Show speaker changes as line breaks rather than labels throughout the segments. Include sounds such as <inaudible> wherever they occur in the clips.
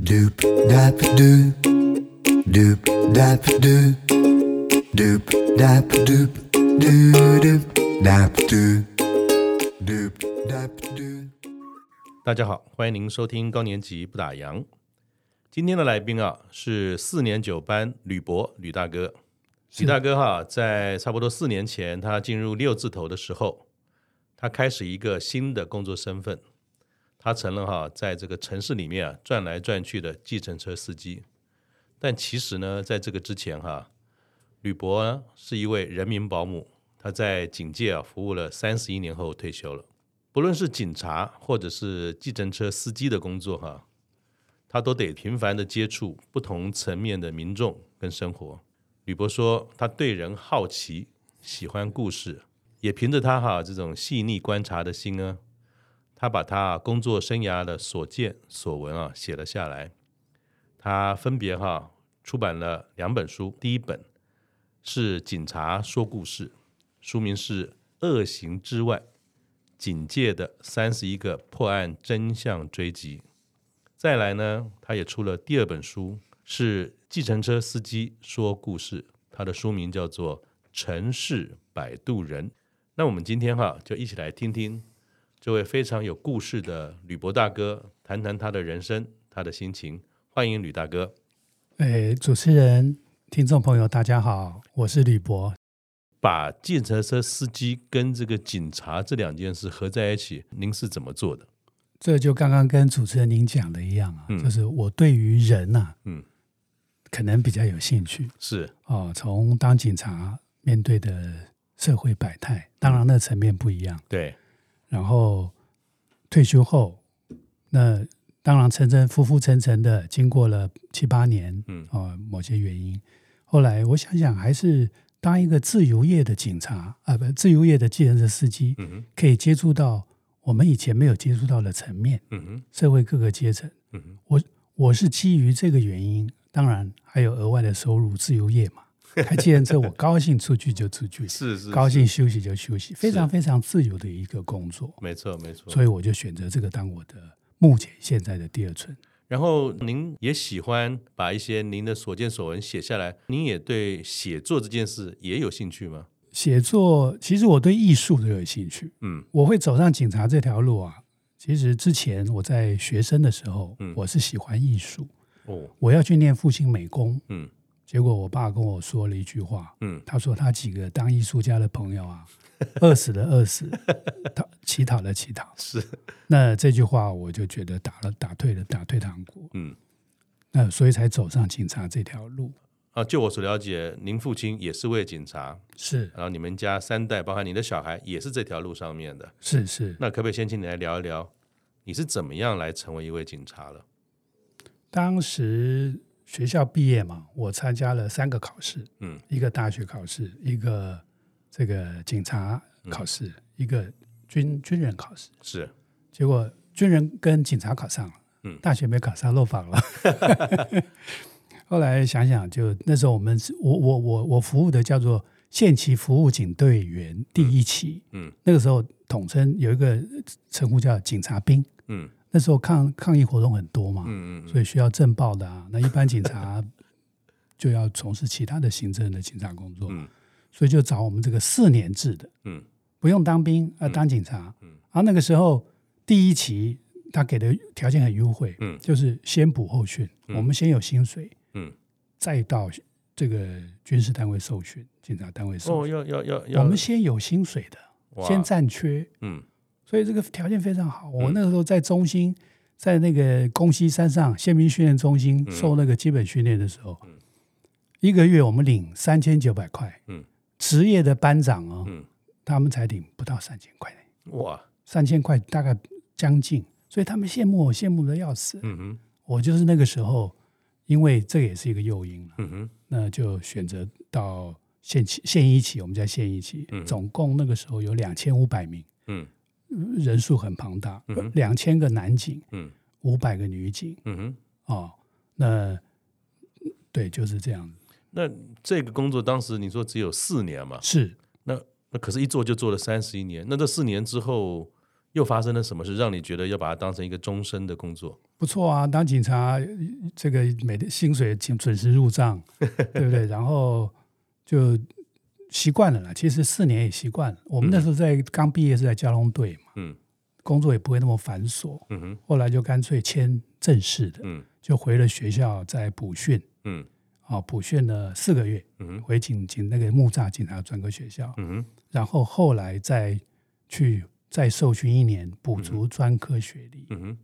Doop dap doop, doop dap doop, doop dap doop, doo doop dap doop, doop dap doop。
大家好，欢迎您收听高年级不打烊。今天的来宾啊是四年九班吕博吕大哥，吕大哥哈、在差不多四年前他进入六字头的时候，他开始一个新的工作身份，他成了哈、在这个城市里面啊转来转去的计程车司机。但其实呢，在这个之前哈、吕博呢是一位人民保姆，他在警界啊服务了三十一年后退休了。不论是警察或者是计程车司机的工作哈、他都得频繁的接触不同层面的民众跟生活。吕博说，他对人好奇，喜欢故事，也凭着他哈、这种细腻观察的心呢，他把他啊工作生涯的所见所闻啊写了下来。他分别哈、出版了两本书，第一本是《警察说故事》，书名是《恶行之外》。警戒的三十一个破案真相追击。再来呢，他也出了第二本书，是《计程车司机说故事》，它的书名叫做《城市摆渡人》。那我们今天哈，就一起来听听这位非常有故事的吕博大哥，谈谈他的人生，他的心情。欢迎吕大哥。
哎，主持人、听众朋友，大家好，我是吕博。
把计程车司机跟这个警察这两件事合在一起，您是怎么做的？
这就刚刚跟主持人您讲的一样啊，
嗯
就是我对于人呐、啊，
嗯，
可能比较有兴趣
是，
哦。从当警察面对的社会百态，当然那层面不一样。
对，
然后退休后，那当然层层浮浮沉沉的，经过了七八年，
嗯
哦，某些原因，后来我想想，还是当一个自由业的警察啊，呃不，自由业的计程车司机，
嗯哼，
可以接触到我们以前没有接触到的层面，
嗯哼，
社会各个阶层。
嗯哼，
我是基于这个原因，当然还有额外的收入，自由业嘛，
<laughs>
开计程车，我高兴出去就出去，
是是
高
是
兴休息就休息，非常非常自由的一个工作。
没错，没错。
所以我就选择这个当我的目前现在的第二春。
然后您也喜欢把一些您的所见所闻写下来，您也对写作这件事也有兴趣吗？
写作其实我对艺术都有兴趣，
嗯
我会走上警察这条路啊。其实之前我在学生的时候，
嗯
我是喜欢艺术，
哦，
我要去念复兴美工，
嗯
结果我爸跟我说了一句话，
嗯，
他说他几个当艺术家的朋友啊， <laughs> 饿死的饿死， <laughs> 讨乞讨的乞讨。
<laughs> 是，
那这句话我就觉得打了打退了打退堂鼓，
嗯
那所以才走上警察这条路。
啊，就我所了解，您父亲也是位警察，
是
然后你们家三代，包含你的小孩，也是这条路上面的。
是是，
那可不可以先请你来聊一聊，你是怎么样来成为一位警察了？
当时学校毕业嘛，我参加了三个考试，
嗯，
一个大学考试，一个这个警察
嗯
考试，一个军军人考试。
是，
结果军人跟警察考上了，
嗯
大学没考上，落榜了。 <laughs> 后来想想就，那时候我们是我我我我服务的叫做县旗服务警队员第一期，
嗯嗯
那个时候统称有一个称呼叫警察兵。
嗯
那时候抗抗议活动很多嘛，
嗯嗯嗯，
所以需要政报的啊。那一般
<laughs>
警察就要从事其他的行政的警察工作，
嗯
所以就找我们这个四年制的，
嗯
不用当兵啊，当警察。
嗯
啊，那个时候第一期他给的条件很优惠，
嗯
就是先补后训，
嗯
我们先有薪水，
嗯，
再到这个军事单位受训，警察单位受
哦，
训。
要要要要，
我们先有薪水的，
哇
先占缺，
嗯
所以这个条件非常好。我
嗯
那个时候在中心，在那个宫西山上宪兵训练中心
嗯
受那个基本训练的时候，
嗯
一个月我们领三千九百块，
嗯
职业的班长哦，
嗯，
他们才领不到三千块，
哇，
三千块大概将近，所以他们羡慕我，羡慕的要死。
嗯哼
我就是那个时候，因为这也是一个诱因了，
嗯哼
那就选择到县期县一期，我们叫县一期
嗯，
总共那个时候有两千五百名。
嗯
人数很庞大
嗯哼，
两千、个男警，
嗯
五百个女警
嗯哼。
哦，那对就是这样子，
那这个工作当时你说只有四年嘛？
是
那那可是，一做就做了三十一年。那这四年之后，又发生了什么事，让你觉得要把它当成一个终身的工作？
不错啊，当警察呃这个每天薪水请准时入账，对不对？然后就习惯了啦。其实四年也习惯了。我们那时候在刚毕业是在交通队嘛，
嗯
工作也不会那么繁琐。
嗯哼
后来就干脆签正式的，
嗯
就回了学校再补训
嗯
啊，补训了四个月，
嗯哼
回警警那个木栅警察专科学校，
嗯哼
然后后来再去再受训一年，补足专科学历，
嗯哼。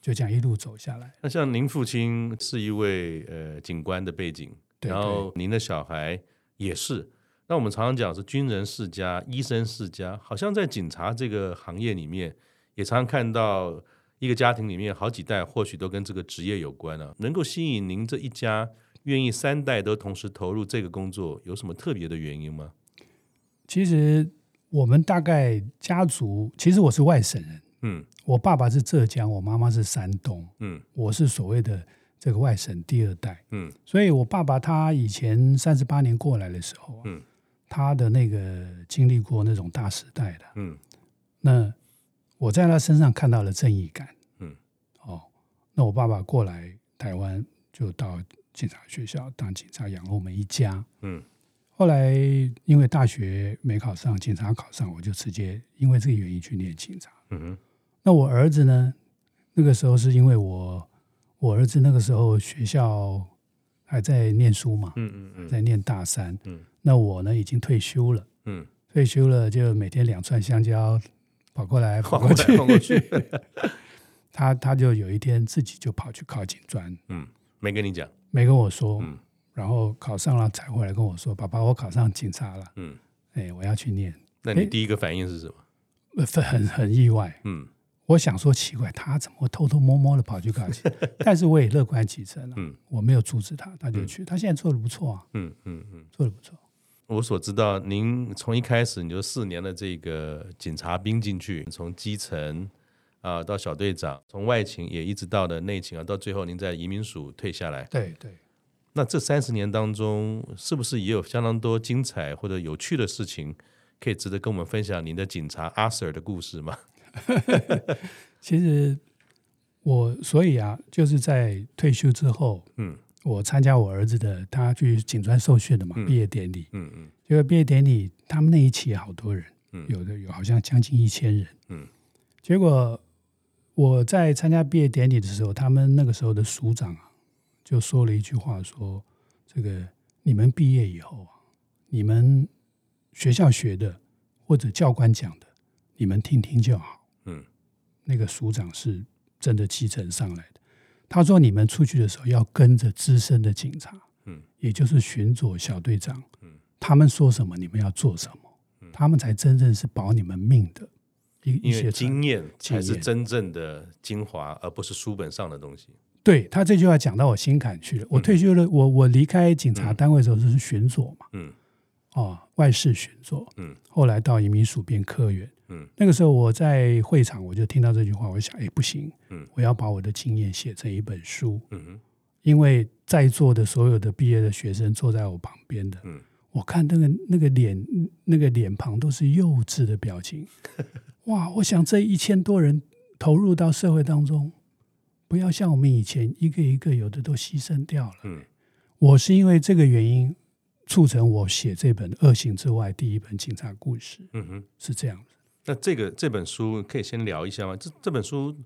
就这样一路走下来。
那像您父亲是一位呃警官的背景，
对
然后您的小孩也是。那我们常常讲是军人世家、医生世家，好像在警察这个行业里面，也常常看到一个家庭里面好几代，或许都跟这个职业有关啊。能够吸引您这一家愿意三代都同时投入这个工作，有什么特别的原因吗？
其实我们大概家族，其实我是外省人，
嗯
我爸爸是浙江，我妈妈是山东，
嗯
我是所谓的这个外省第二代。
嗯
所以我爸爸他以前三十八年过来的时候、啊，
嗯
他的那个经历过那种大时代的，
嗯
那我在他身上看到了正义感。
嗯，
哦，那我爸爸过来台湾就到警察学校当警察，养了我们一家。
嗯
后来因为大学没考上，警察考上，我就直接因为这个原因去念警察。
嗯哼
那我儿子呢？那个时候是因为我，我儿子那个时候学校还在念书嘛，
嗯嗯嗯
在念大三。
嗯
那我呢已经退休了，
嗯，
退休了就每天两串香蕉跑
<laughs>
过来跑
晃
过
过来
去。
晃过去，
他他就有一天自己就跑去考警专，
嗯，没跟你讲，
没跟我说，
嗯
然后考上了才回来跟我说：“爸爸，我考上警察了，
嗯，
哎，我要去念。
那你
诶
第一个反应是什么？
呃”很很意外。
嗯
我想说奇怪，他怎么会偷偷摸摸的跑去搞钱？ <laughs> 但是我也乐观其成了、啊
嗯
我没有阻止他，他就去。他现在做的不错啊，
嗯嗯嗯，
做的不错。
我所知道，您从一开始你就四年的这个警察兵进去，从基层啊、到小队长，从外勤也一直到的内勤啊，到最后您在移民署退下来。
对对，
那这三十年当中，是不是也有相当多精彩或者有趣的事情，可以值得跟我们分享您的警察阿 Sir 的故事吗？ <laughs>
其实我所以啊，就是在退休之后，
嗯
我参加我儿子的，他去警专受训的嘛，
嗯
毕业典礼。
嗯嗯
结果毕业典礼，他们那一期好多人，
嗯
有的有好像将近一千人。
嗯，
结果我在参加毕业典礼的时候，他们那个时候的署长啊，就说了一句话说这个你们毕业以后啊，你们学校学的或者教官讲的，你们听听就好。
嗯
那个署长是真的基层上来的，他说你们出去的时候要跟着资深的警察，
嗯，
也就是巡佐小队长，
嗯，
他们说什么你们要做什么，
嗯
他们才真正是保你们命的一一
因
些
为
传
经验才
经
是
验
真正的精华，而不是书本上的东西。
对他这句话讲到我心坎去了。我
嗯
退休了，我我离开警察单位的时候是巡佐嘛，
嗯
哦，外事巡佐，
嗯
后来到移民署变科员。
嗯
那个时候我在会场，我就听到这句话，我想，哎，不行，
嗯
我要把我的经验写成一本书，
嗯哼
因为在座的所有的毕业的学生坐在我旁边的，
嗯
我看那个那个脸那个脸庞都是幼稚的
<laughs>
表情，哇！我想这一千多人投入到社会当中，不要像我们以前一个一个有的都牺牲掉了。
嗯
我是因为这个原因，促成我写这本《恶行之外》第一本警察故事，
嗯哼。
是这样的。
那这个这本书可以先聊一下吗？这这本书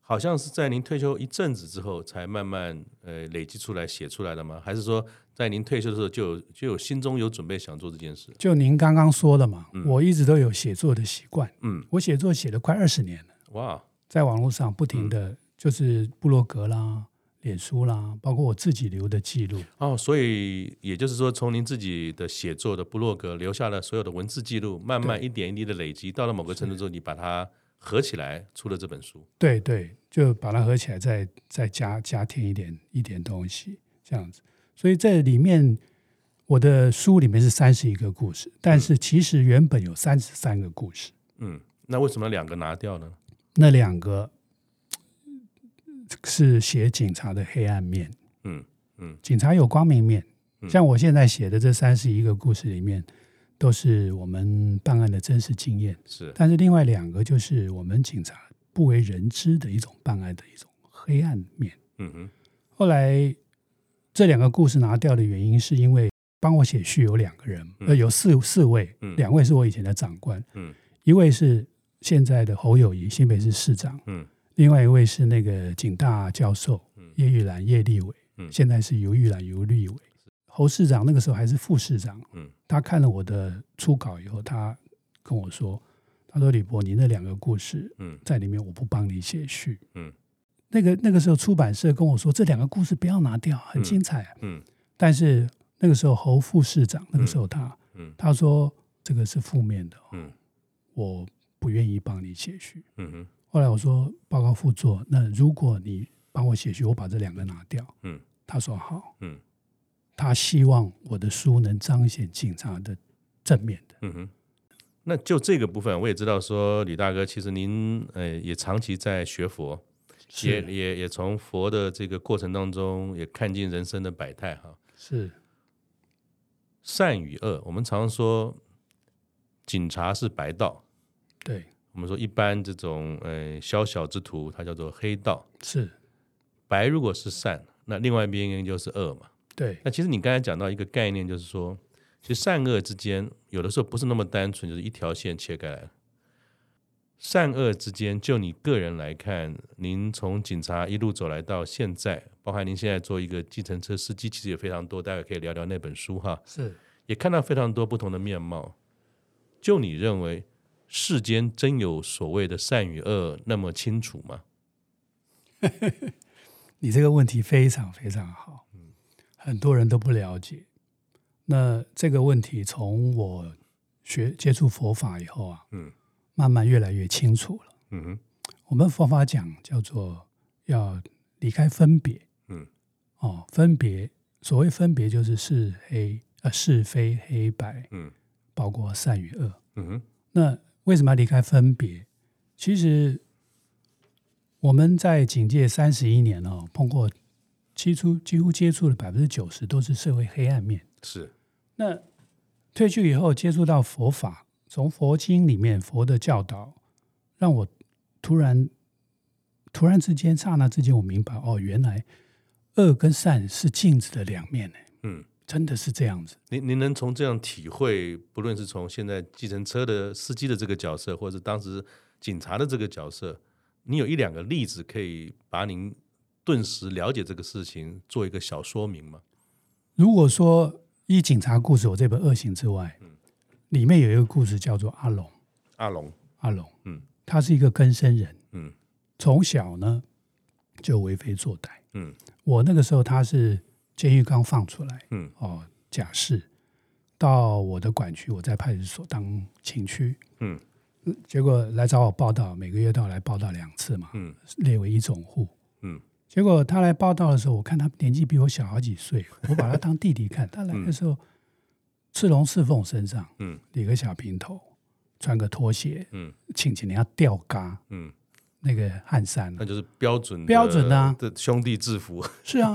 好像是在您退休一阵子之后才慢慢呃累积出来写出来的吗？还是说在您退休的时候就有就有心中有准备想做这件事？
就您刚刚说的嘛，我一直都有写作的习惯，
嗯，
我写作写了快二十年了。
哇，哦
在网络上不停的，就是部落格啦、脸书啦，包括我自己留的记录，
哦，所以也就是说，从您自己的写作的部落格留下了所有的文字记录，慢慢一点一滴的累积，到了某个程度之后，你把它合起来出了这本书。
对对，就把它合起来再，再加加添一点一点东西，这样子。所以这里面我的书里面是三十一个故事，但是其实原本有三十三个故事，
嗯，那为什么两个拿掉呢？
那两个嘖是写警察的黑暗面，
嗯嗯
警察有光明面。
嗯
像我现在写的这三十一个故事里面，都是我们办案的真实经验。
是
但是另外两个就是我们警察不为人知的一种办案的一种黑暗面。
嗯哼
后来这两个故事拿掉的原因，是因为帮我写序有两个人，
嗯
呃，有四四位
嗯，
两位是我以前的长官，
嗯
一位是现在的侯友谊，新北市市长，
嗯
另外一位是那个警大教授
嗯
叶玉兰叶立伟
嗯，
现在是尤玉兰尤立伟。侯市长那个时候还是副市长，
嗯
他看了我的初稿以后，他跟我说：“他说李博，你那两个故事
嗯
在里面，我不帮你写序。”
嗯，
那个那个时候出版社跟我说，这两个故事不要拿掉，
嗯
很精彩啊、
嗯
但是那个时候侯副市长，那个时候他、
嗯
他说这个是负面的，
嗯
我不愿意帮你写序。
嗯哼
后来我说报告副座，那如果你帮我写序，我把这两个拿掉。
嗯
他说好，
嗯
他希望我的书能彰显警察的正面的。
嗯哼。那就这个部分，我也知道说吕大哥，其实您呃也长期在学佛，也
是
也也从佛的这个过程当中也看尽人生的百态哈。
是
善与恶，我们常说警察是白道，
对
我们说一般这种呃宵小之徒，它叫做黑道。
是
白如果是善，那另外一边就是恶嘛。
对
那其实你刚才讲到一个概念，就是说，其实善恶之间有的时候不是那么单纯，就是一条线切开来。善恶之间，就你个人来看，您从警察一路走来到现在，包含您现在做一个计程车司机，其实也非常多，待会可以聊聊那本书哈。
是
也看到非常多不同的面貌。就你认为世间真有所谓的善与恶那么清楚吗？
你这个问题非常非常好，
嗯
很多人都不了解。那这个问题从我学接触佛法以后啊，
嗯
慢慢越来越清楚了。
嗯哼
我们佛法讲叫做要离开分别，
嗯
哦，分别所谓分别就是是黑呃是非黑白，
嗯
包括善与恶。
嗯哼
那为什么要离开分别？其实我们在警界三十一年哦，碰过几乎几乎接触了百分之九十都是社会黑暗面。
是
那退去以后接触到佛法，从佛经里面佛的教导，让我突然突然之间刹那之间，我明白哦，原来恶跟善是镜子的两面呢，
嗯。
真的是这样子。
您您能从这样体会，不论是从现在计程车的司机的这个角色，或者是当时警察的这个角色，你有一两个例子可以把您顿时了解这个事情做一个小说明吗？
如果说依警察故事，我这本《恶行》之外，里面有一个故事叫做阿龙。
阿龙，
阿龙，
嗯
他是一个根生人，
嗯
从小呢就为非作歹。
嗯
我那个时候他是监狱刚放出来，
嗯
哦，假释，到我的管区，我在派出所当情区，
嗯
嗯，结果来找我报道，每个月都要来报道两次嘛，
嗯
列为一种户。
嗯
结果他来报道的时候，我看他年纪比我小好几岁，我把他当弟
<laughs>
弟看。他来的时候，赤龙赤凤身上，
嗯
理个小平头，穿个拖鞋，
嗯
请请人家吊嘎
嗯，呃
那个汗衫
那就是标准的
标准的啊
的兄弟制
<laughs>
服，
是
<laughs>
啊，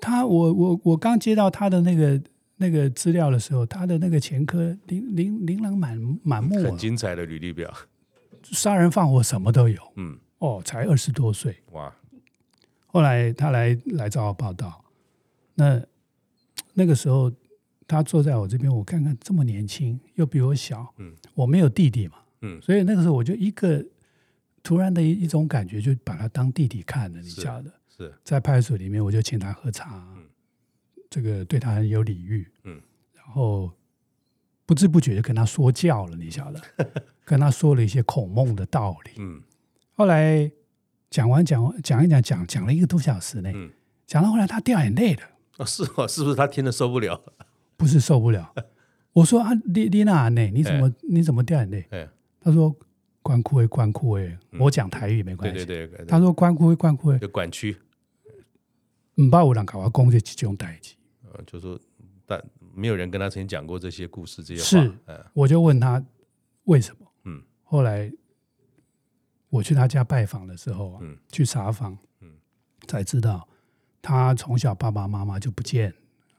他我我我刚接到他的那个那个资料的时候，他的那个前科琳琳琳琅满满目啊
很，精彩的履历表。
杀人放火什么都有
嗯，
哦，才二十多岁。
哇，
后来他来来找我报道，那那个时候他坐在我这边，我看看这么年轻，又比我小，
嗯，
我没有弟弟嘛，
嗯
所以那个时候我就一个突然的一一种感觉，就把他当弟弟看了，你
是
晓得。
是，
在派出所里面，我就请他喝茶，
嗯
这个对他很有礼遇，
嗯，
然后不知不觉就跟他说教了，你晓得，
<laughs>
跟他说了一些孔孟的道理。
嗯
后来讲完讲完讲一讲讲讲了一个多小时呢，
嗯，
讲到后来他掉眼泪了，
哦，是哦，是不是他听的受不了？
不是受不了。我说啊，丽丽娜呢？你怎么、你怎么掉眼泪？
<laughs> 哎，
他说关哭诶，关哭诶，我讲台语没关
对
系。
嗯对对，
他说关哭诶，关哭诶，
有管区，
唔把有人搞我讲这几种代志。
呃，就说但没有人跟他曾经讲过这些故事这些话，
是
嗯
我就问他为什么。
嗯
后来我去他家拜访的时候啊，
嗯
去查访，
嗯
才知道他从小爸爸妈妈就不见，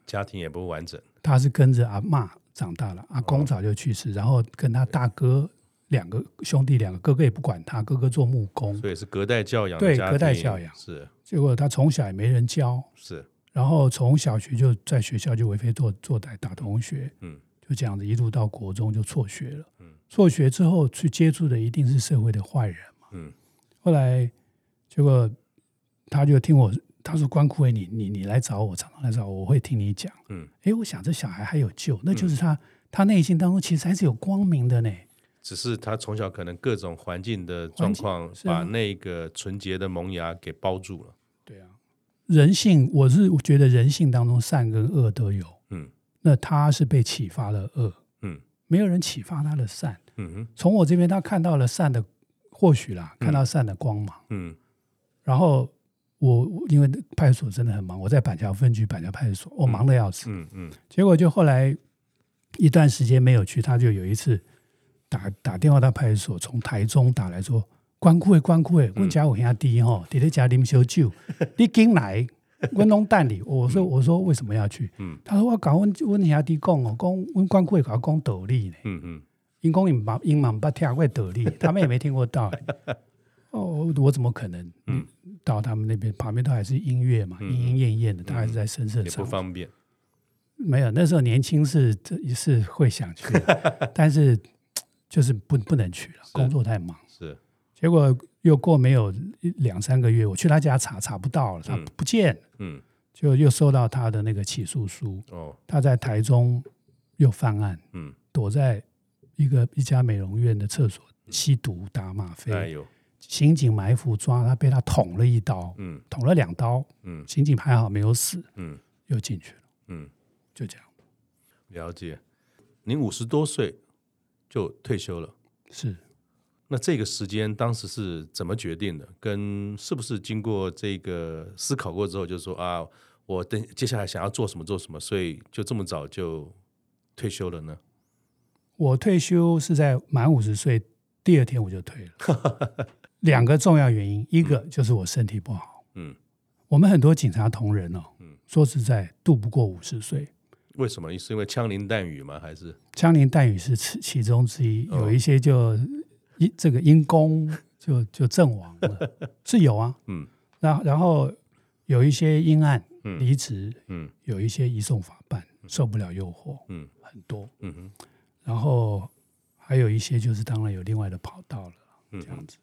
家庭也不完整，
他是跟着阿嬷长大了，阿
哦
公早就去世，然后跟他大哥两个兄弟两个哥哥也不管他，哥哥做木工，
所以是隔代教养的
对
家庭，
隔代教养
是
结果他从小也没人教，
是，
然后从小学就在学校就为非作作歹打同学，
嗯，
就这样子一路到国中就辍学了，
嗯，
辍学之后去接触的一定是社会的坏人嘛，
嗯，
后来结果他就听我，他说关枯伟，你你你来找我，常常来找我，我会听你讲，
嗯，
哎，我想这小孩还有救，那就是他、他内心当中其实还是有光明的呢，
只是他从小可能各种环境的状况
环，境是啊
把那个纯洁的萌芽给包住了。
对啊，人性，我是觉得人性当中善跟恶都有，
嗯
那他是被启发了恶，
嗯
没有人启发他的善。
嗯哼
从我这边他看到了善的，或许啦，看到善的光芒。
嗯
然后我我因为派出所真的很忙，我在板桥分局板桥派出所，我忙得要死。
嗯嗯
结果就后来一段时间没有去，他就有一次打打电话到派出所，从台中打来说：“关库诶，关库
嗯
诶，我家有兄弟吼，伫咧家啉
<laughs>
烧酒，你紧来，阮拢等你。”我说：“我说为什么要去？”
嗯
他说：“我甲阮阮兄弟讲哦，讲阮关库诶甲我讲道理呢。”
嗯嗯，
因公因嘛因嘛不听过道
<laughs>
理，他们也没听过道理。哦，我怎么可能？
嗯
嗯，到他们那边旁边都还是音乐嘛，
嗯
莺莺燕燕的，他还是在深色
也不
场。
方便。
没有，那时候年轻是是会想去的，
<laughs>
但是嘖就是不不能去了，工作太忙。
是
结果又过没有一两三个月，我去他家查查不到了，他
嗯
不见了，
嗯
就又收到他的那个起诉书，
哦
他在台中又犯案。
嗯，
躲在一个一家美容院的厕所吸毒打吗
嗯哎
啡，
呦
刑警埋伏抓他，被他捅了一刀，
嗯
捅了两刀，
嗯
刑警还好没有死，
嗯
又进去了，
嗯，
就这样，
了解。您五十多岁就退休了。
是
那这个时间当时是怎么决定的？跟是不是经过这个思考过之后，就说啊，我等接下来想要做什么做什么，所以就这么早就退休了呢？
我退休是在满五十岁第二天我就退了，
<laughs>
两个重要原因，一个就是我身体不好，
嗯，
我们很多警察同仁哦
嗯，
说实在渡不过五十岁，
为什么？是因为枪林弹雨吗？还是
枪林弹雨是其其中之一，
哦
有一些就因这个因公就就阵亡
<laughs>
了，是有啊，
嗯
那然后有一些因案
嗯
离职，
嗯
有一些移送法办，受不了诱惑，
嗯
很多，
嗯哼
然后还有一些就是当然有另外的跑道了，
嗯
这
哼
样子。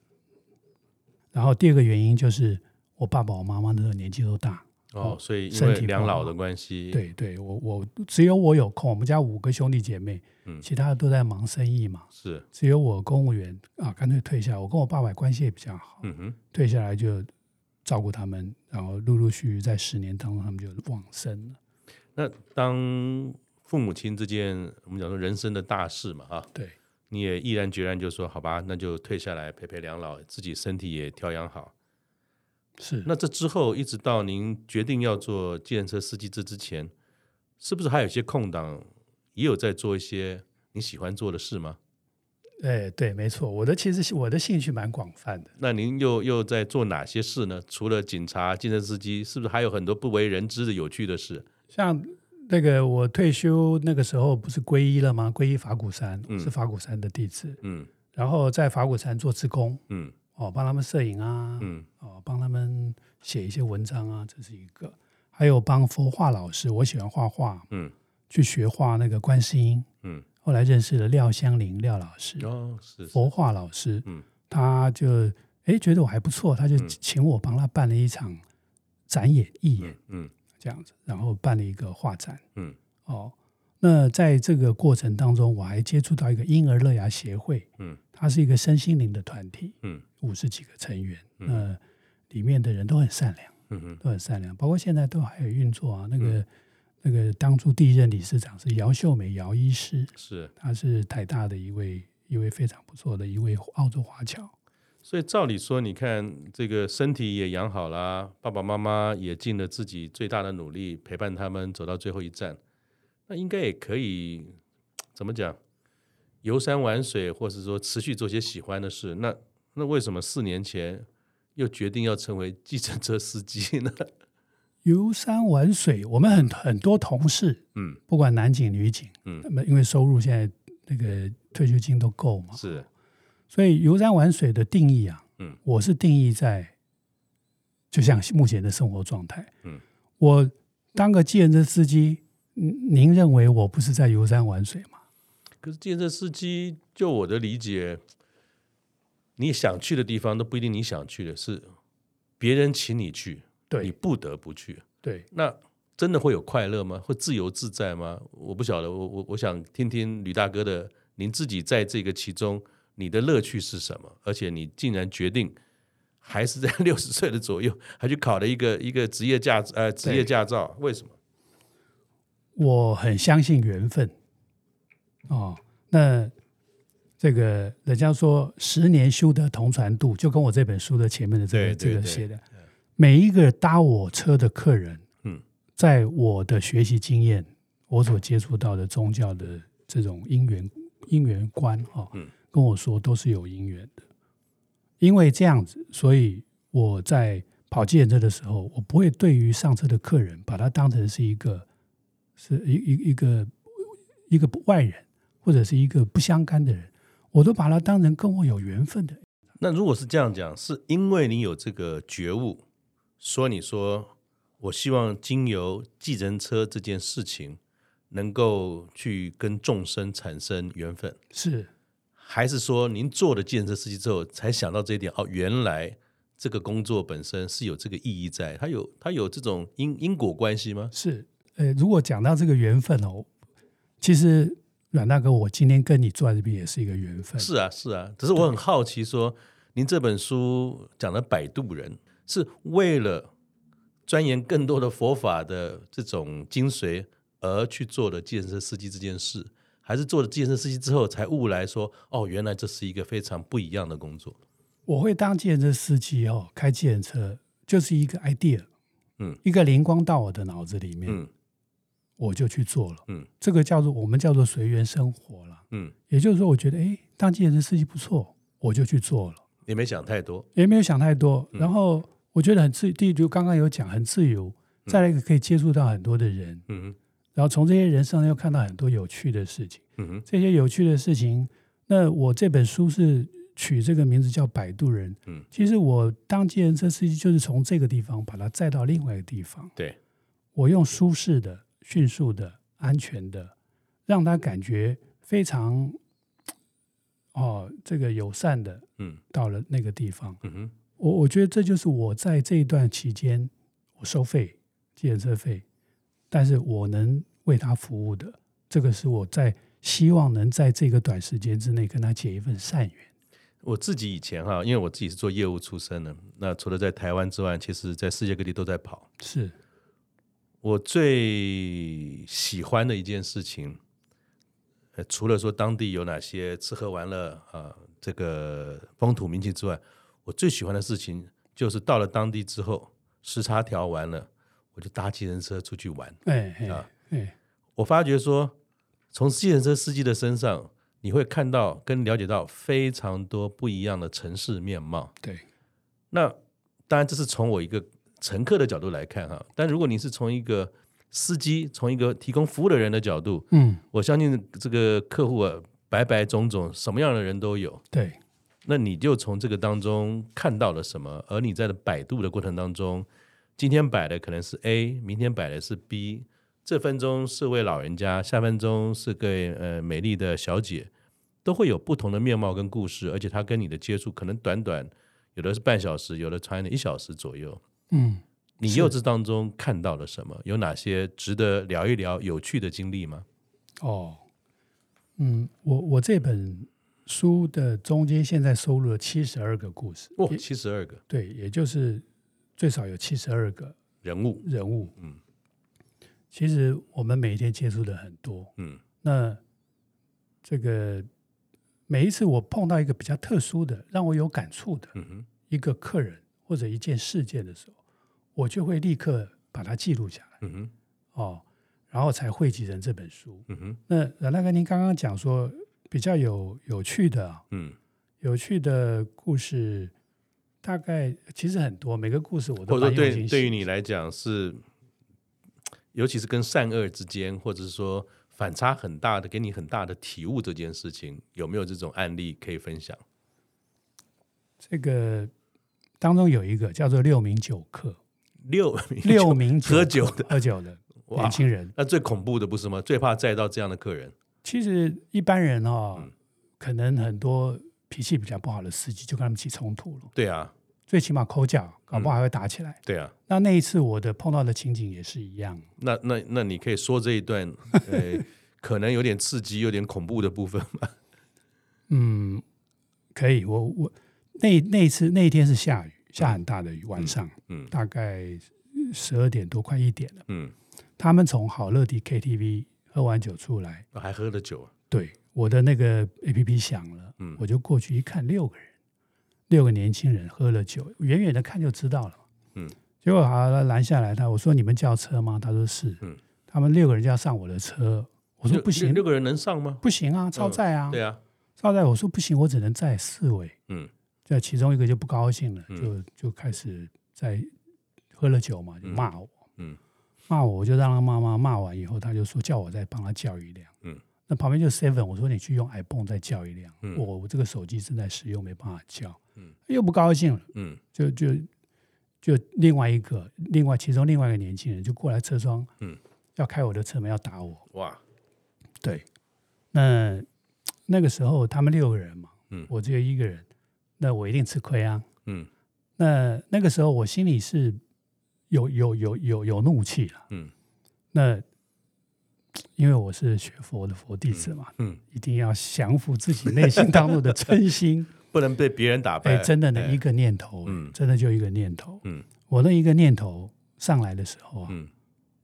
然后第二个原因就是我爸爸我妈妈那时候年纪都大，
哦，
哦
所以因
身
为
体不
两老
好
的关系，，
对对，我我只有我有空，我们家五个兄弟姐妹
嗯，
其他的都在忙生意嘛，
是
只有我公务员啊，干脆退下来。我跟我爸爸关系也比较好，
嗯哼
退下来就照顾他们，然后陆陆续续在十年当中，他们就往生了。
那当父母亲之间，我们讲说人生的大事嘛，啊，
对，
你也毅然决然就说好吧，那就退下来陪陪两老，自己身体也调养好。
是
那这之后，一直到您决定要做计程车司机这之前，是不是还有一些空档，也有在做一些你喜欢做的事吗？
哎，对，没错。我的其实是我的兴趣蛮广泛的，
那您又又在做哪些事呢？除了警察、计程车司机，是不是还有很多不为人知的有趣的事？
像那个我退休那个时候不是皈依了吗？皈依法鼓山，我
嗯
是法鼓山的弟子，
嗯
然后在法鼓山做志工，
嗯
哦，帮他们摄影啊，
嗯
哦，帮他们写一些文章啊，这是一个。还有帮佛画老师，我喜欢画画，
嗯
去学画那个观世音，
嗯，
后来认识了廖香林廖老师，
哦，是是
佛画老师，
嗯
他就哎觉得我还不错，他就
嗯
请我帮他办了一场展演义演
嗯嗯
这样子，然后办了一个画展
嗯
哦。那在这个过程当中，我还接触到一个婴儿乐牙协会，
嗯
它是一个身心灵的团体，
嗯
五十几个成员，
嗯
那里面的人都很善良，
嗯嗯
都很善良，包括现在都还有运作啊。那个、那个当初第一任理事长是姚秀美姚医师，
是。
她是台大的一位一位非常不错的一位澳洲华侨。
所以照理说，你看这个身体也养好啦，爸爸妈妈也尽了自己最大的努力陪伴他们走到最后一站，那应该也可以怎么讲，游山玩水，或是说持续做些喜欢的事。那那为什么四年前又决定要成为计程车司机呢？
游山玩水，我们很很多同事，
嗯，
不管男警女警，
嗯
那么因为收入现在那个退休金都够嘛，
是
所以游山玩水的定义啊，
嗯
我是定义在，就像目前的生活状态，
嗯，
我当个计程车司机，您您认为我不是在游山玩水吗？
可是建设司机，就我的理解，你想去的地方都不一定你想去的，是别人请你去，你
对
不得不去。
对，
那真的会有快乐吗？会自由自在吗？我不晓得，我我我想听听吕大哥的，您自己在这个其中，你的乐趣是什么？而且你竟然决定还是在 <laughs> 六十岁的左右，还去考了一个一个职业驾呃职业驾照，为什么？
我很相信缘分，哦，那这个人家说十年修得同船渡，就跟我这本书的前面的这
对
个
对
这个
对
写的，嗯每一个搭我车的客人，
嗯，
在我的学习经验，我所接触到的宗教的这种因缘因缘观哦，
嗯
跟我说都是有因缘的，因为这样子，所以我在跑计程车的时候，我不会对于上车的客人把他当成是一个是一一一个一个外人或者是一个不相干的人，我都把他当成跟我有缘分的人。
那如果是这样讲，是因为你有这个觉悟，说你说我希望经由计程车这件事情，能够去跟众生产生缘分。
是
还是说您做了建设司机之后才想到这一点？哦，原来这个工作本身是有这个意义在，它有它有这种因因果关系吗？
是，呃，如果讲到这个缘分哦，其实阮大哥，我今天跟你坐在这边也是一个缘分。
是啊，是啊。只是我很好奇说，您这本书讲的摆渡人是为了钻研更多的佛法的这种精髓而去做的建设司机这件事，还是做了建设司机之后才悟来说，哦，原来这是一个非常不一样的工作？
我会当计程车司机哦，开计程车就是一个 idea，
嗯，
一个灵光到我的脑子里面，
嗯
我就去做了。
嗯
这个叫做我们叫做随缘生活了。
嗯，
也就是说，我觉得哎，当计程车司机不错，我就去做了。
也没想太多。
也没有想太多。然后我觉得很自，第一就刚刚有讲很自由，再来一个可以接触到很多的人，
嗯哼
然后从这些人身上又看到很多有趣的事情。
嗯哼
这些有趣的事情，那我这本书是取这个名字叫《摆渡人》。
嗯，
其实我当计程车司机就是从这个地方把它载到另外一个地方，
对，
我用舒适的、迅速的、安全的，让他感觉非常哦这个友善的
嗯
到了那个地方。
嗯哼。
我我觉得这就是我在这一段期间我收费计程车费，但是我能为他服务的，这个是我在希望能在这个短时间之内跟他结一份善缘。
我自己以前哈，因为我自己是做业务出身的，那除了在台湾之外，其实在世界各地都在跑。
是
我最喜欢的一件事情，呃，除了说当地有哪些吃喝玩乐啊、这个风土民情之外，我最喜欢的事情就是到了当地之后，时差调完了，我就搭计程车出去玩。
哎哎、
啊
哎，
我发觉说，从计程车司机的身上，你会看到跟了解到非常多不一样的城市面貌。
对，
那当然，这是从我一个乘客的角度来看哈。但如果你是从一个司机、从一个提供服务的人的角度，
嗯，
我相信这个客户啊，百百种种，什么样的人都有。
对，
那你就从这个当中看到了什么？而你在摆渡的过程当中，今天摆的可能是 A，明天摆的是 B，这分钟是位老人家，下分钟是个呃美丽的小姐，都会有不同的面貌跟故事，而且他跟你的接触可能短短，有的是半小时，有的长一点一小时左右。
嗯，
你又这当中看到了什么？有哪些值得聊一聊有趣的经历吗？
哦，嗯，我我这本书的中间现在收录了七十二个故事，
哇、哦，七十二个
对，也就是最少有七十二个
人物，
人物。
嗯，
其实我们每一天接触的很多，
嗯
那这个每一次我碰到一个比较特殊的、让我有感触的
嗯哼，
一个客人或者一件事件的时候，我就会立刻把它记录下来
嗯哼，
哦，然后才汇集成这本书。
嗯哼，
那阮大哥，您刚刚讲说比较有有趣的啊、
嗯。
有趣的故事，大概其实很多，每个故事我
或
都
者
蛮
说
用
对
心
对于
写
你来讲是尤其是跟善恶之间，或者是说反差很大的，给你很大的体悟这件事情，有没有这种案例可以分享？
这个当中有一个叫做六名酒客，
<laughs> 六
六名
喝
酒
酒
客
的
喝酒的
哇
年轻人，
那最恐怖的不是吗？最怕载到这样的客人，
其实一般人哦，
嗯
可能很多脾气比较不好的司机就跟他们起冲突了，
对啊，
最起码口角，搞不好还会打起来。
对啊。
那那一次我的碰到的情景也是一样，
那那那你可以说这一段，呃，可能有点刺激、有点恐怖的部分吗？
嗯，可以，我我那那一次那一天是下雨，下很大的雨，晚上
嗯
大概十二点多快一点了，
<laughs> 嗯，
他们从好乐迪 KTV 喝完酒出来，
还喝了酒啊，
对，我的那个 A P P 响了，
嗯
我就过去一看，六个人，六个年轻人喝了酒，远远的看就知道了嘛，
嗯，
结果好了拦下来他，我说你们叫车吗？他说是，
嗯，
他们六个人就要上我的车，我说
六
不行
六，六个人能上吗？
不行啊，超载啊，
对啊，
超载，我说不行，我只能载四位，
嗯
这其中一个就不高兴了，
嗯
就就开始在喝了酒嘛，就骂我，
嗯
骂我，我就让他骂骂骂完以后，他就说叫我再帮他叫一辆。
嗯，
那旁边就 seven，我说你去用 iPhone 再叫一辆，
嗯
我我这个手机正在使用，没办法叫。
嗯，
又不高兴了，
嗯
就就就另外一个，另外其中另外一个年轻人就过来车窗，
嗯，
要开我的车门要打我。
哇，
对，那那个时候他们六个人嘛，
嗯
我只有一个人，那我一定吃亏啊。
嗯
那那个时候我心里是有有有有有怒气了。
嗯
那因为我是学佛的佛弟子嘛，
嗯，
一定要降服自己内心当中的嗔心。
不能被别人打败。
哎，真的
<laughs>
呢，
哎
一个念头，
嗯
真的就一个念头。
嗯
我那一个念头上来的时候啊，
嗯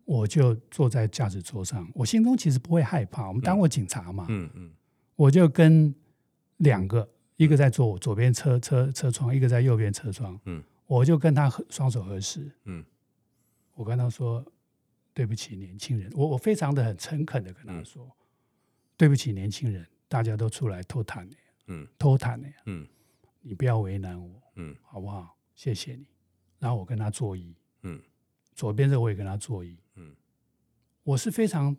我就坐在驾驶桌上，我心中其实不会害怕。我们当过警察嘛，
嗯嗯
我就跟两个，一个在坐我左边车车车窗，一个在右边车窗，
嗯
我就跟他合双手合十，
嗯
我跟他说：“对不起，年轻人。我”我非常的很诚恳的跟
嗯
他说：“对不起，年轻人，大家都出来偷谈的，
嗯
偷谈的，
嗯
你不要为难我，
嗯
好不好？谢谢你。”然后我跟他作揖，
嗯
左边这个我也跟他作揖，
嗯
我是非常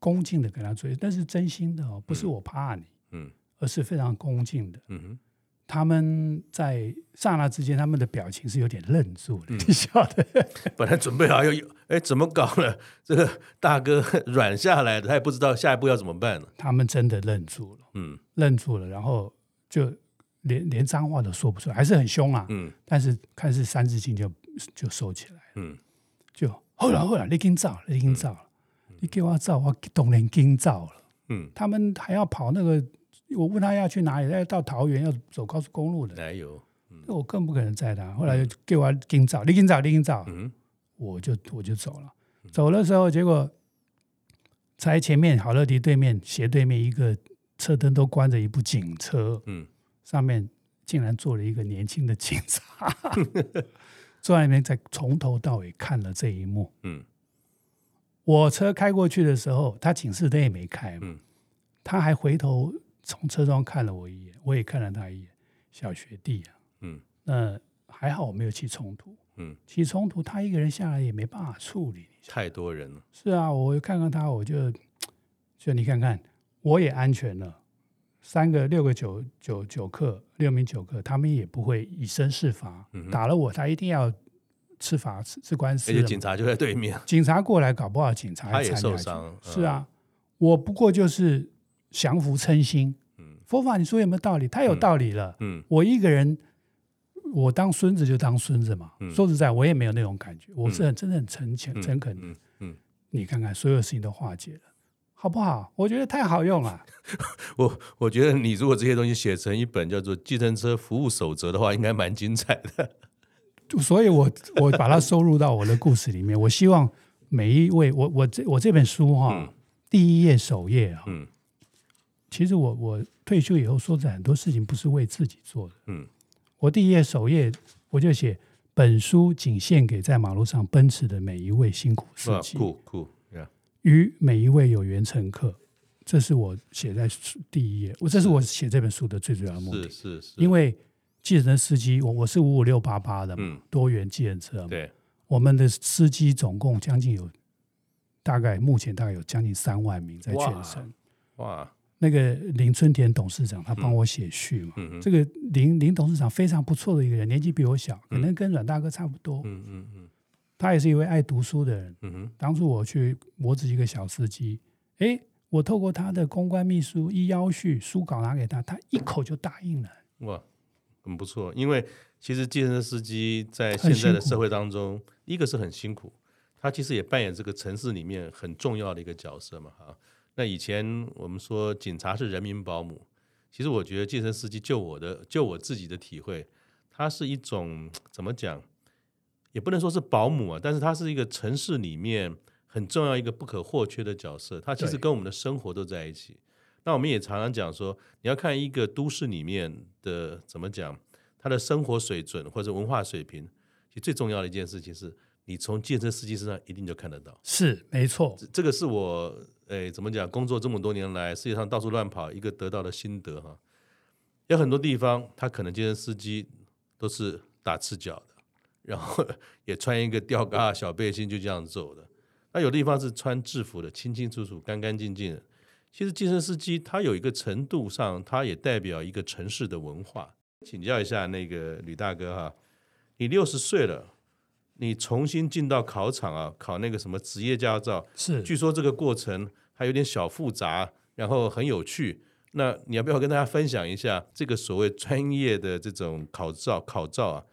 恭敬的跟他作揖，但是真心的哦，不是我怕你，
嗯
而是非常恭敬的。
嗯哼，
他们在刹那之间，他们的表情是有点愣住
嗯
的，你晓得？
<laughs> 本来准备好要，哎，怎么搞了？这个大哥软下来的，他也不知道下一步要怎么办了。
<laughs> 他们真的愣住了，
嗯
愣住了，然后就连连脏话都说不出来，还是很凶啊。
嗯
但是看似三字经就就收起来了，
嗯
就后来后来你跟照，你跟照了，你给我照，我当然跟照了。
嗯，
他们还要跑那个，我问他要去哪里，要到桃园，要走高速公路的，
奶油，
我更不可能载他。后来就给我跟照，你跟照，你跟照。
嗯
我就我就走了。走的时候，结果才前面好乐迪对面斜对面一个车灯都关着一部警车，
嗯
上面竟然坐了一个年轻的警察， <laughs> 坐在里面在从头到尾看了这一幕。
嗯
我车开过去的时候，他警示灯也没开嘛，
嗯
他还回头从车窗看了我一眼，我也看了他一眼。小学弟啊，
嗯
那还好我没有起冲突，
嗯，
起冲突他一个人下来也没办法处理，
太多人了。
是啊，我看看他，我就就你看看，我也安全了。三个、六个九九九客，六名九客，他们也不会以身试法。
嗯哼
打了我，他一定要吃法吃吃官司
而
的
且
嘛。
警察就在对面，
警察过来，搞不好警察
他也
参加
受
去
伤嗯
是啊，我不过就是降服嗔心。
嗯
佛法你说有没有道理？太有道理了。
嗯
我一个人，我当孙子就当孙子嘛。
嗯
说实在，我也没有那种感觉。我
嗯
是很、真的很诚恳、
嗯
诚恳的。
嗯嗯，
你看看，所有事情都化解了，好不好？我觉得太好用了。
我我觉得你如果这些东西写成一本叫做《计程车服务守则》的话，应该蛮精彩的。
就所以我，我把它收入到我的故事里面。我希望每一位，我我这我这本书哈、
嗯
第一页首页啊、
嗯
其实我我退休以后，说的很多事情不是为自己做的。
嗯
我第一页首页我就写，本书仅献给在马路上奔驰的每一位辛苦司
啊，
机，
酷酷，yeah，
与每一位有缘乘客。这是我写在书第一页，我这是我写这本书的最主要的目的
是。是是，
因为计程车司机，我我是五五六八八的嘛，
嗯
多元计程车嘛，
对，
我们的司机总共将近有大概目前大概有将近三万名在
哇
全省。
哇，
那个林春田董事长他帮我写序嘛，
嗯嗯
这个林林董事长非常不错的一个人，年纪比我小，可能跟阮大哥差不多，
嗯嗯嗯
他也是一位爱读书的人。
嗯哼，
当初我去磨子一个小司机，诶，我透过他的公关秘书一邀序书稿拿给他，他一口就答应了。
哇，很不错。因为其实计程车司机在现
很
在的
辛苦
社会当中，一个是很辛苦，他其实也扮演这个城市里面很重要的一个角色嘛，哈。那以前我们说警察是人民保姆，其实我觉得计程车司机，就我的就我自己的体会，它是一种怎么讲，也不能说是保姆啊，但是它是一个城市里面很重要一个不可或缺的角色，它其实
对
跟我们的生活都在一起。那我们也常常讲说，你要看一个都市里面的怎么讲，他的生活水准或者文化水平，其实最重要的一件事情是，你从计程车司机身上一定就看得到。
是，没错，
这这个是我诶怎么讲，工作这么多年来，世界上到处乱跑一个得到的心得哈。有很多地方，他可能今天司机都是打赤脚的，然后 <laughs> 也穿一个吊嘎小背心就这样走的。那有地方是穿制服的，清清楚楚、干干净净的。其实计程司机他有一个程度上，他也代表一个城市的文化。请教一下那个吕大哥哈，你六十岁了，你重新进到考场啊，考那个什么职业驾照，
是
据说这个过程还有点小复杂，然后很有趣。那你要不要跟大家分享一下这个所谓专业的这种考照考照啊？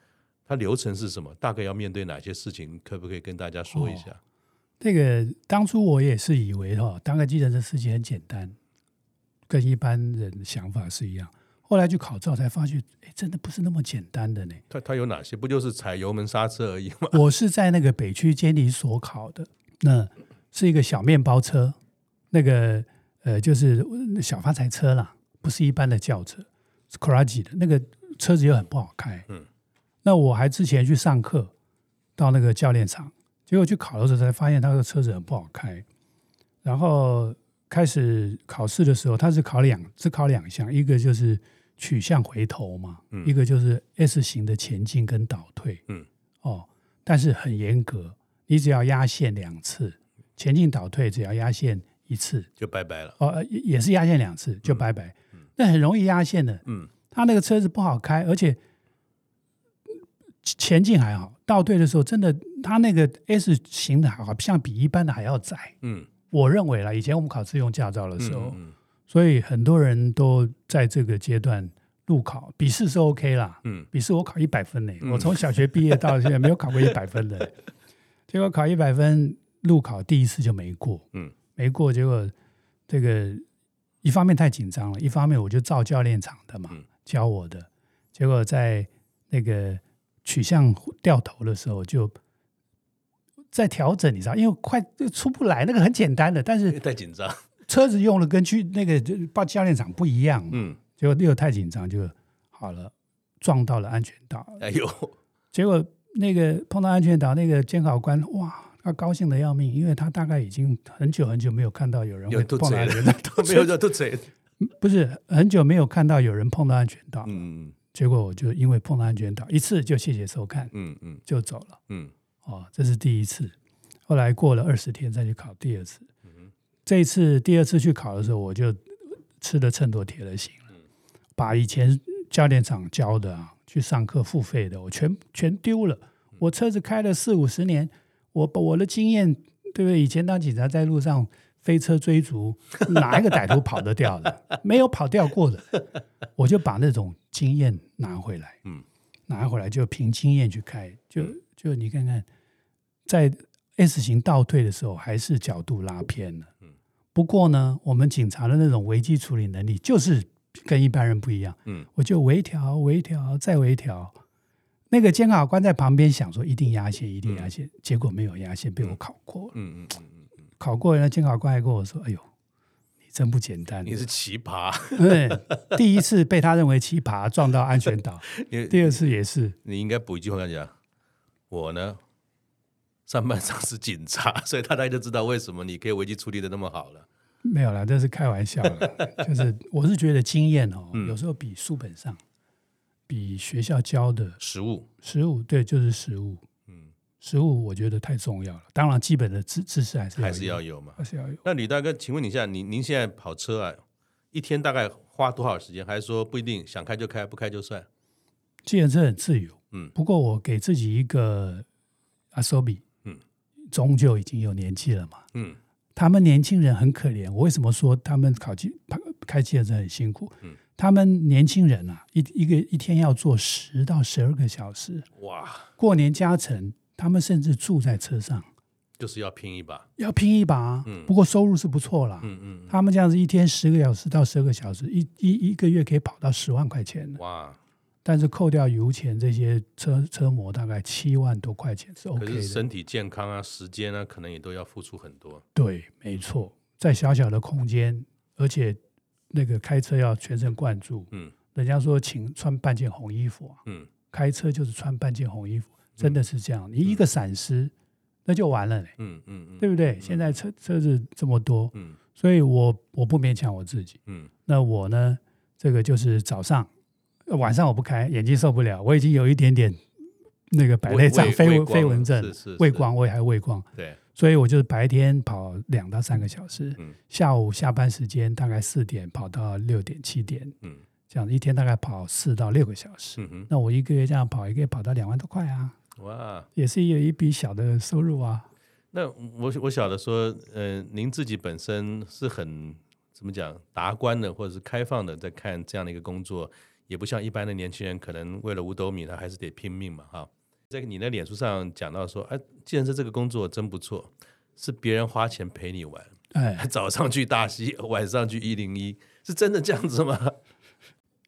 它流程是什么？大概要面对哪些事情？可不可以跟大家说一下？
那个当初我也是以为哈、当个计程车司机很简单，跟一般人想法是一样。后来去考照才发现，哎，真的不是那么简单的呢。
它它有哪些？不就是踩油门刹车而已吗？
我是在那个北区监理所考的，那是一个小面包车，那个呃就是小发财车啦，不是一般的轿车，是 c r a g i 的那个车子又很不好开。
嗯，
那我还之前去上课，到那个教练场，结果去考的时候才发现他的车子很不好开，然后开始考试的时候，他是考两只考两项，一个就是取向回头嘛，
嗯
一个就是 S 型的前进跟倒退。
嗯，
哦，但是很严格，你只要压线两次，前进倒退只要压线一次，
就拜拜了。
哦，呃也也是压线两次就拜拜。那很容易压线的，
嗯
他那个车子不好开，而且前进还好，倒退的时候真的，他那个 S 型的好像比一般的还要窄。
嗯，
我认为啦，以前我们考自用驾照的时候，
<laughs> 嗯
所以很多人都在这个阶段路考笔试是 OK 啦，
嗯
笔试我考一百分呢、我从小学毕业到现在没有考过一百分的、结果考一百分，路考第一次就没过，
嗯，
没过，结果这个一方面太紧张了，一方面我就照教练场的嘛，
嗯
教我的，结果在那个取向掉头的时候就。在调整，你知道，因为快就出不来，那个很简单的，但是
因为太紧张。
车子用了跟去那个报教练场不一样嘛，
嗯，
结果又太紧张就好了，啊撞到了安全岛。
哎 <laughs> 呦，
结果那个碰到安全岛那个监考官，哇，他高兴的要命，因为他大概已经很久很久没有看到有人
有
会
都
碰到
贼
安全
了， <laughs>
岛，
都没有叫都贼了。
不是很久没有看到有人碰到安全岛。
嗯
结果我就因为碰到安全岛一次就谢谢收看
嗯嗯
就走了。
嗯
哦，这是第一次。后来过了二十天再去考第二次。这一次第二次去考的时候，我就吃了秤砣铁了心了，把以前教练场教的啊，去上课付费的，我全全丢了。我车子开了四五十年，我把我的经验，对不对？以前当警察在路上飞车追逐，哪一个歹徒跑得掉的？没有跑掉过的。我就把那种经验拿回来，
嗯，
拿回来就凭经验去开，就就你看看，在 S 型倒退的时候，还是角度拉偏了，嗯。不过呢，我们警察的那种危机处理能力就是跟一般人不一样，
嗯，
我就微调、微调再微调。那个监考官在旁边想说一定压线，一定压线，结果没有压线，被我考过了。
嗯嗯嗯，
考过了，监考官还跟我说：“哎呦，你真不简单。”
你是奇葩，
对，第一次被他认为奇葩撞到安全岛，
<laughs> 你
第二次也是
你应该补一句话跟他讲，我呢，上半场是警察， <laughs> 所以他大家就知道为什么你可以危机处理的那么好了。
没有啦，这是开玩
<laughs>
笑的。就是我是觉得经验哦，
嗯
有时候比书本上、比学校教的
食物，
实物，对，就是实物。
嗯，
食物我觉得太重要了。当然，基本的知知识还是
还是要
有，
有嘛。
还是要有。
那吕大哥，请问你现在您您现在跑车啊，一天大概花多少时间？还是说不一定想开就开，不开就算？
既然是很自由，
嗯
不过我给自己一个阿索比，
嗯，
终究已经有年纪了嘛。
嗯
他们年轻人很可怜，我为什么说他们考机开汽车是很辛苦？
嗯
他们年轻人啊，一一个一天要坐十到十二个小时，
哇，
过年加成，他们甚至住在车上，
就是要拼一把。
要拼一把啊、
嗯
不过收入是不错啦，
嗯嗯，
他们这样子一天十个小时到十二个小时，一一一个月可以跑到十万块钱呢。
哇，
但是扣掉油钱这些车车模，大概七万多块钱是
可
OK
是
的。
身体健康啊，时间啊，可能也都要付出很多。
对，没错，在小小的空间，而且那个开车要全神贯注。
嗯
人家说请穿半件红衣服、啊，
嗯，
开车就是穿半件红衣服，真的是这样。你一个闪失，那就完了嘞，
嗯嗯
对
嗯
不对？现在车车子这么多，
嗯
所以我我不勉强我自己。
嗯，
那我呢，这个就是早上、呃晚上我不开，眼睛受不了，我已经有一点点那个百
畏
类障、
畏
飞
畏
蚊
光
飞蚊
了
症
是是、
畏
是
光，我也还畏光，
对，
所以我就是白天跑两到三个小时，
嗯
下午下班时间大概四点跑到六点七点，
嗯
这样一天大概跑四到六个小时。
嗯哼，
那我一个月这样跑，一个月跑到两万多块啊，
哇，
也是有一笔小的收入啊。
那我我晓得说，呃，您自己本身是很怎么讲达观的，或者是开放的，在看这样的一个工作，也不像一般的年轻人，可能为了五斗米，他还是得拼命嘛，哈。在你的脸书上讲到说，哎，既然是这个工作真不错，是别人花钱陪你玩， <laughs>
哎，
早上去大溪，晚上去一零一，是真的这样子吗？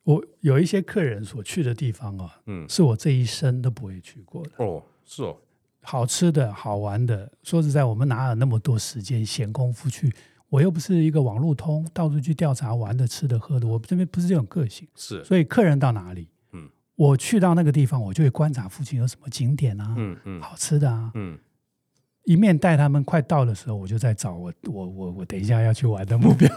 我有一些客人所去的地方啊，
嗯
是我这一生都不会去过的。
哦，是哦，
好吃的好玩的，说实在，我们哪有那么多时间闲工夫去？我又不是一个网路通，到处去调查玩的、吃的、喝的，我这边不是这种个性。
是，
所以客人到哪里，
嗯，
我去到那个地方，我就会观察附近有什么景点啊，
嗯嗯
好吃的啊。
嗯，
一面带他们快到的时候，我就在找我我我我等一下要去玩的
<laughs>
目标。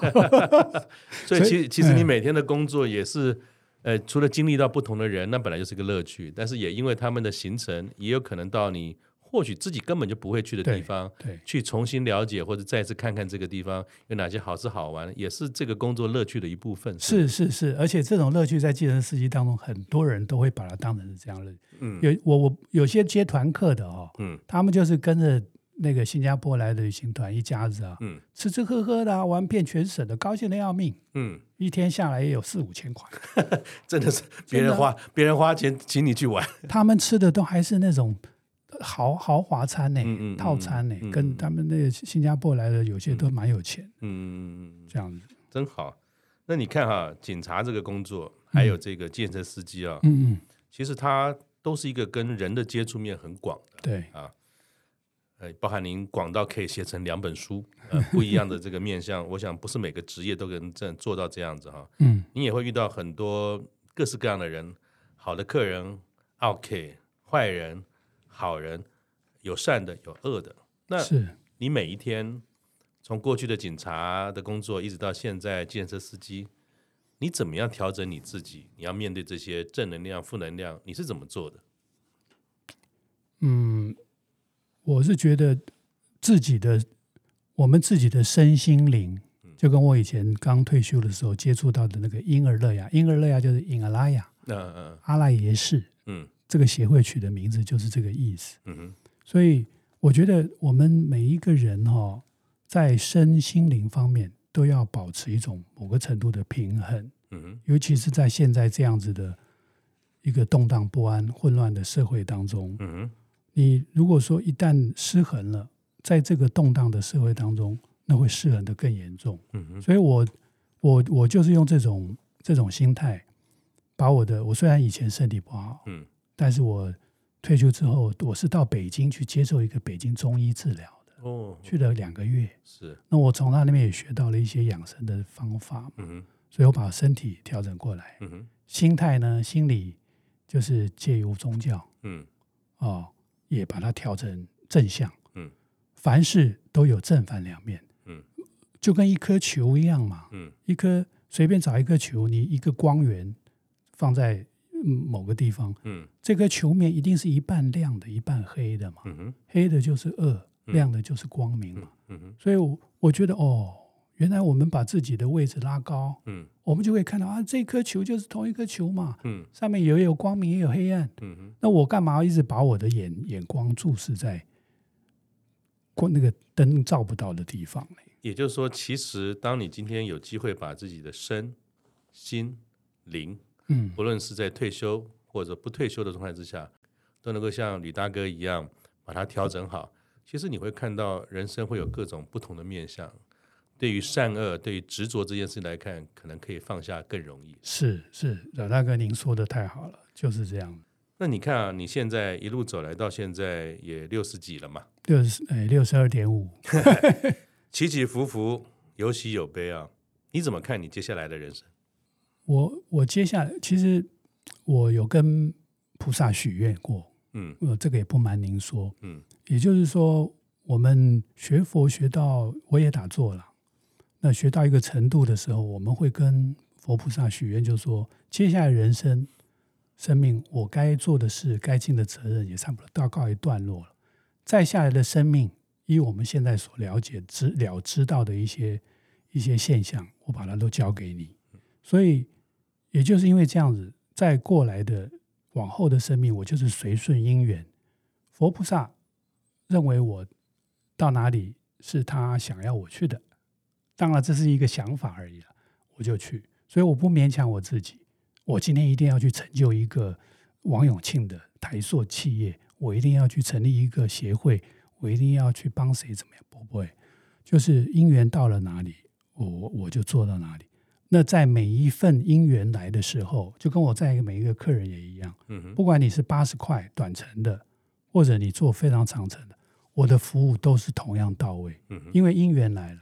所以哎
所以
其实其实你
嗯
每天的工作也是，呃，除了经历到不同的人，那本来就是个乐趣，但是也因为他们的行程，也有可能到你或许自己根本就不会去的地
对
方，
对
去重新了解或者再次看看这个地方有哪些好吃好玩，也是这个工作乐趣的一部分。吧，
是是是，而且这种乐趣在计程司机当中，很多人都会把它当成是这样的乐趣。
嗯
有我我有些接团客的哦，
嗯
他们就是跟着那个新加坡来的旅行团一家子啊，
嗯
吃吃喝喝的、啊，玩遍全省的，高兴的要命，
嗯，
一天下来也有四
<laughs>
五千块。
真的是别人花别人花钱请你去玩，
他们吃的都还是那种呃豪豪华餐呢、
嗯嗯嗯
套餐呢、
嗯嗯
跟他们那个新加坡来的有些都蛮有钱，
嗯，
这样子。
真好。那你看哈，警察这个工作，还有这个建设司机啊，
嗯嗯，
其实它都是一个跟人的接触面很广的。
对，
呃，包含您广到可以写成两本书，呃，不一样的这个面向，我想不是每个职业都能这样做到这样子哈。
嗯，
你也会遇到很多各式各样的人，好的客人，OK，坏人，好人，有善的，有恶的。那
是。
你每一天从过去的警察的工作，一直到现在建设司机，你怎么样调整你自己？你要面对这些正能量、负能量，你是怎么做的？
嗯，我是觉得自己的我们自己的身心灵，就跟我以前刚退休的时候接触到的那个英儿乐雅，英儿乐雅就是英阿拉雅
那嗯
阿拉耶士
嗯
这个协会取的名字就是这个意思。
嗯哼
所以我觉得我们每一个人哈、哦，在身心灵方面都要保持一种某个程度的平衡，
嗯哼
尤其是在现在这样子的一个动荡不安、混乱的社会当中。
嗯哼
你如果说一旦失衡了，在这个动荡的社会当中，那会失衡的更严重。
嗯哼
所以我我我就是用这种这种心态，把我的我虽然以前身体不好，
嗯
但是我退休之后，我是到北京去接受一个北京中医治疗的，
哦，
去了两个月。
是，
那我从他那边也学到了一些养生的方法，
嗯哼，
所以我把身体调整过来，
嗯哼，
心态呢，心理就是借由宗教，
嗯
哦，也把它调成正向。
嗯，
凡事都有正反两面。
嗯，
就跟一颗球一样嘛，
嗯
一颗随便找一颗球，你一个光源放在某个地方，
嗯
这个球面一定是一半亮的，一半黑的嘛，
嗯哼
黑的就是恶，亮的就是光明嘛。
嗯哼
所以我我觉得哦，原来我们把自己的位置拉高，
嗯
我们就会看到啊，这颗球就是同一颗球嘛，
嗯
上面也有光明，也有黑暗。
嗯哼
那我干嘛一直把我的眼眼光注视在光那个灯照不到的地方呢？
也就是说，其实当你今天有机会把自己的身、心、灵，
嗯
不论是在退休或者不退休的状态之下，都能够像吕大哥一样把它调整好，其实你会看到人生会有各种不同的面相。对于善恶、对于执着这件事来看，可能可以放下更容易。
是是，阮大哥，您说的太好了，就是这样。
那你看啊，你现在一路走来到现在也六十几了嘛，
六十哎，六十二点五，
起起伏伏，有喜有悲啊。你怎么看你接下来的人生？
我我接下来其实我有跟菩萨许愿过，
嗯
呃，这个也不瞒您说，
嗯
也就是说，我们学佛学到我也打坐了，那学到一个程度的时候，我们会跟佛菩萨许愿，就说接下来人生生命我该做的事、该尽的责任也差不多到告一段落了，再下来的生命，依我们现在所了解知了知道的一些一些现象，我把它都交给你，所以也就是因为这样子，再过来的往后的生命，我就是随顺因缘。佛菩萨认为我到哪里是他想要我去的，当然这是一个想法而已了，我就去，所以我不勉强我自己。我今天一定要去成就一个王永庆的台塑企业，我一定要去成立一个协会，我一定要去帮谁怎么样？不会，就是因缘到了哪里，我我我就做到哪里。那在每一份因缘来的时候，就跟我在每一个客人也一样，
嗯哼
不管你是八十块短程的，或者你做非常长程的，我的服务都是同样到位，
嗯哼
因为因缘来了，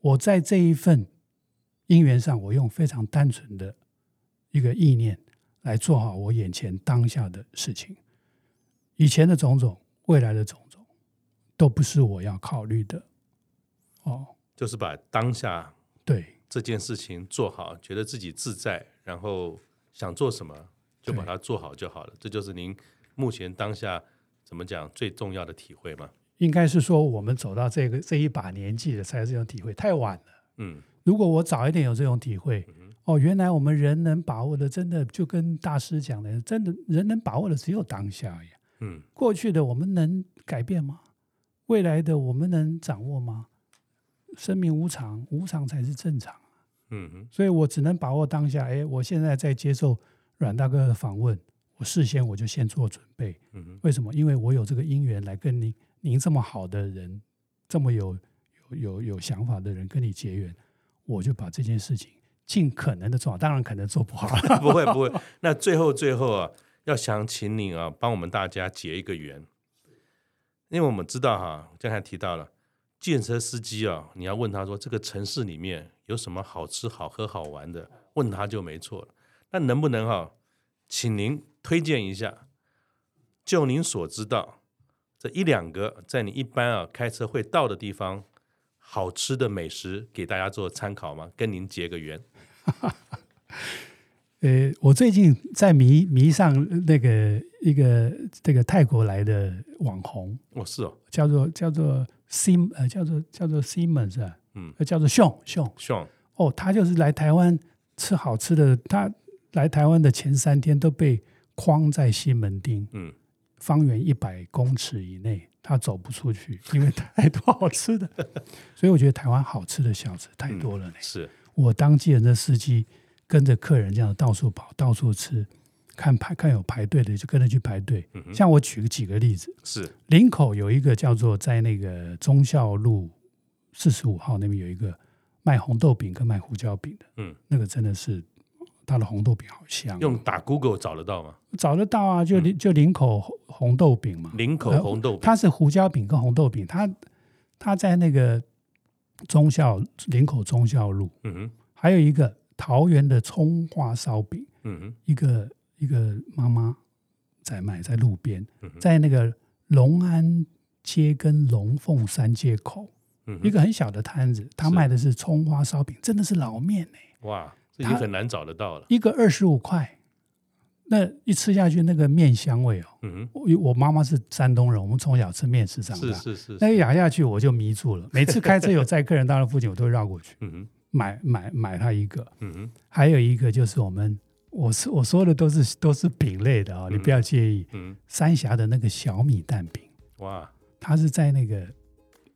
我在这一份因缘上，我用非常单纯的一个意念来做好我眼前当下的事情，以前的种种，未来的种种，都不是我要考虑的。哦，
就是把当下
对，
这件事情做好，觉得自己自在，然后想做什么就把它做好就好了。这就是您目前当下怎么讲最重要的体会嘛？
应该是说我们走到这个这一把年纪了，才有这种体会，太晚了。
嗯
如果我早一点有这种体会，哦，原来我们人能把握的，真的就跟大师讲的，真的人能把握的只有当下呀。
嗯
过去的我们能改变吗？未来的我们能掌握吗？生命无常，无常才是正常。
嗯哼
所以我只能把握当下。哎，我现在在接受阮大哥的访问，我事先我就先做准备。
嗯哼
为什么？因为我有这个因缘来跟您您这么好的人，这么有有有有想法的人跟你结缘，我就把这件事情尽可能的做好。当然可能做不好了。
<laughs>
<laughs>
不会不会。那最后最后啊，要想请你啊，帮我们大家结一个缘，因为我们知道哈、刚才提到了。计程车司机啊，你要问他说这个城市里面有什么好吃、好喝、好玩的，问他就没错了。那能不能哈、请您推荐一下，就您所知道这一两个在你一般啊开车会到的地方，好吃的美食给大家做参考吗？跟您结个缘。
呃，我最近在迷迷上那个一个这个泰国来的网红，
哦，是哦，
叫做叫做 Sim 呃叫做叫做 Simon 是吧？
嗯
呃，叫做熊熊
像
哦，他就是来台湾吃好吃的，他来台湾的前三天都被框在西门町。
嗯，
方圆一百公尺以内，他走不出去， <laughs> 因为太多好吃的。 <laughs> 所以我觉得台湾好吃的小吃太多了呢。
是，
我当计程车司机，跟着客人这样到处跑，到处吃，看排看有排队的就跟着去排队。
嗯哼，
像我举个几个例子，
是，
林口有一个叫做在那个忠孝路四十五号那边有一个卖红豆饼跟卖胡椒饼的，
嗯，
那个真的是它的红豆饼好香哦，
用嗯打 Google 找得到吗？
找得到啊，就林就林口红红豆饼嘛，
林口
呃
红豆饼，
它是胡椒饼跟红豆饼，它它在那个忠孝林口忠孝路，
嗯哼，
还有一个桃园的葱花烧饼，
嗯哼，
一个一个妈妈在卖，在路边
嗯，哼
在那个龙安街跟龙凤山街口，
嗯
一
哼，
个很小的摊子，他
是
卖的是葱花烧饼，真的是老面呢、
哇，这已经
它
很难找得到了。
一个二十五块，那一吃下去那个面香味哦，
嗯哼，
我我妈妈是山东人，我们从小吃面食长大，
是是是，
那
是
一咬下去我就迷住了。每次开车有载客人到那附近，我都会绕过去
嗯哼，
买买买它一个。
嗯哼，
还有一个就是我们，我是我说的都是都是饼类的啊、你不要介意。
嗯，
三峡的那个小米蛋饼，
哇，
它是在那个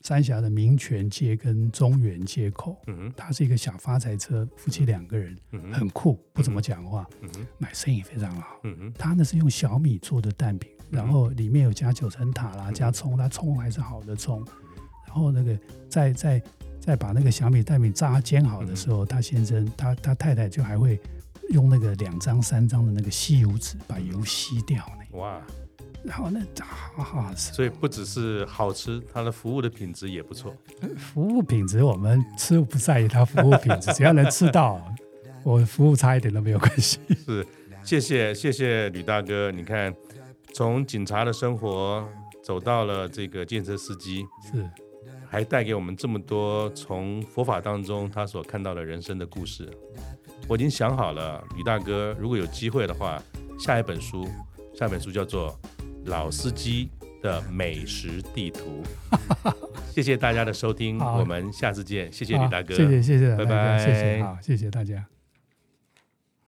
三峡的民权街跟中原街口，
嗯哼，
它是一个小发财车，夫妻两个人
嗯哼，
很酷，不怎么讲话，
嗯哼，
买生意非常好。
嗯哼，
它那是用小米做的蛋饼，
嗯
然后里面有加九层塔啦，加葱啦，葱还是好的葱，然后那个再再再把那个小米蛋饼炸煎好的时
嗯
候，他先生他他太太就还会用那个两张三张的那个吸油纸把油吸掉呢，
哇，
然后那炸好 <laughs> 好吃。
所以不只是好吃，它的服务的品质也不错。
服务品质我们吃不在意它服务品质，只要能吃到，我服务差一点都没有关系。
是，谢谢谢谢吕大哥。你看，从警察的生活走到了这个建设司机，
是
还带给我们这么多从佛法当中他所看到的人生的故事。我已经想好了，吕大哥，如果有机会的话，下一本书，下一本书叫做《老司机的美食地图》。谢谢大家的收听，
好
我们下次见。谢谢吕大哥，
好谢谢谢谢
拜
大家
拜
谢谢好，谢谢大家。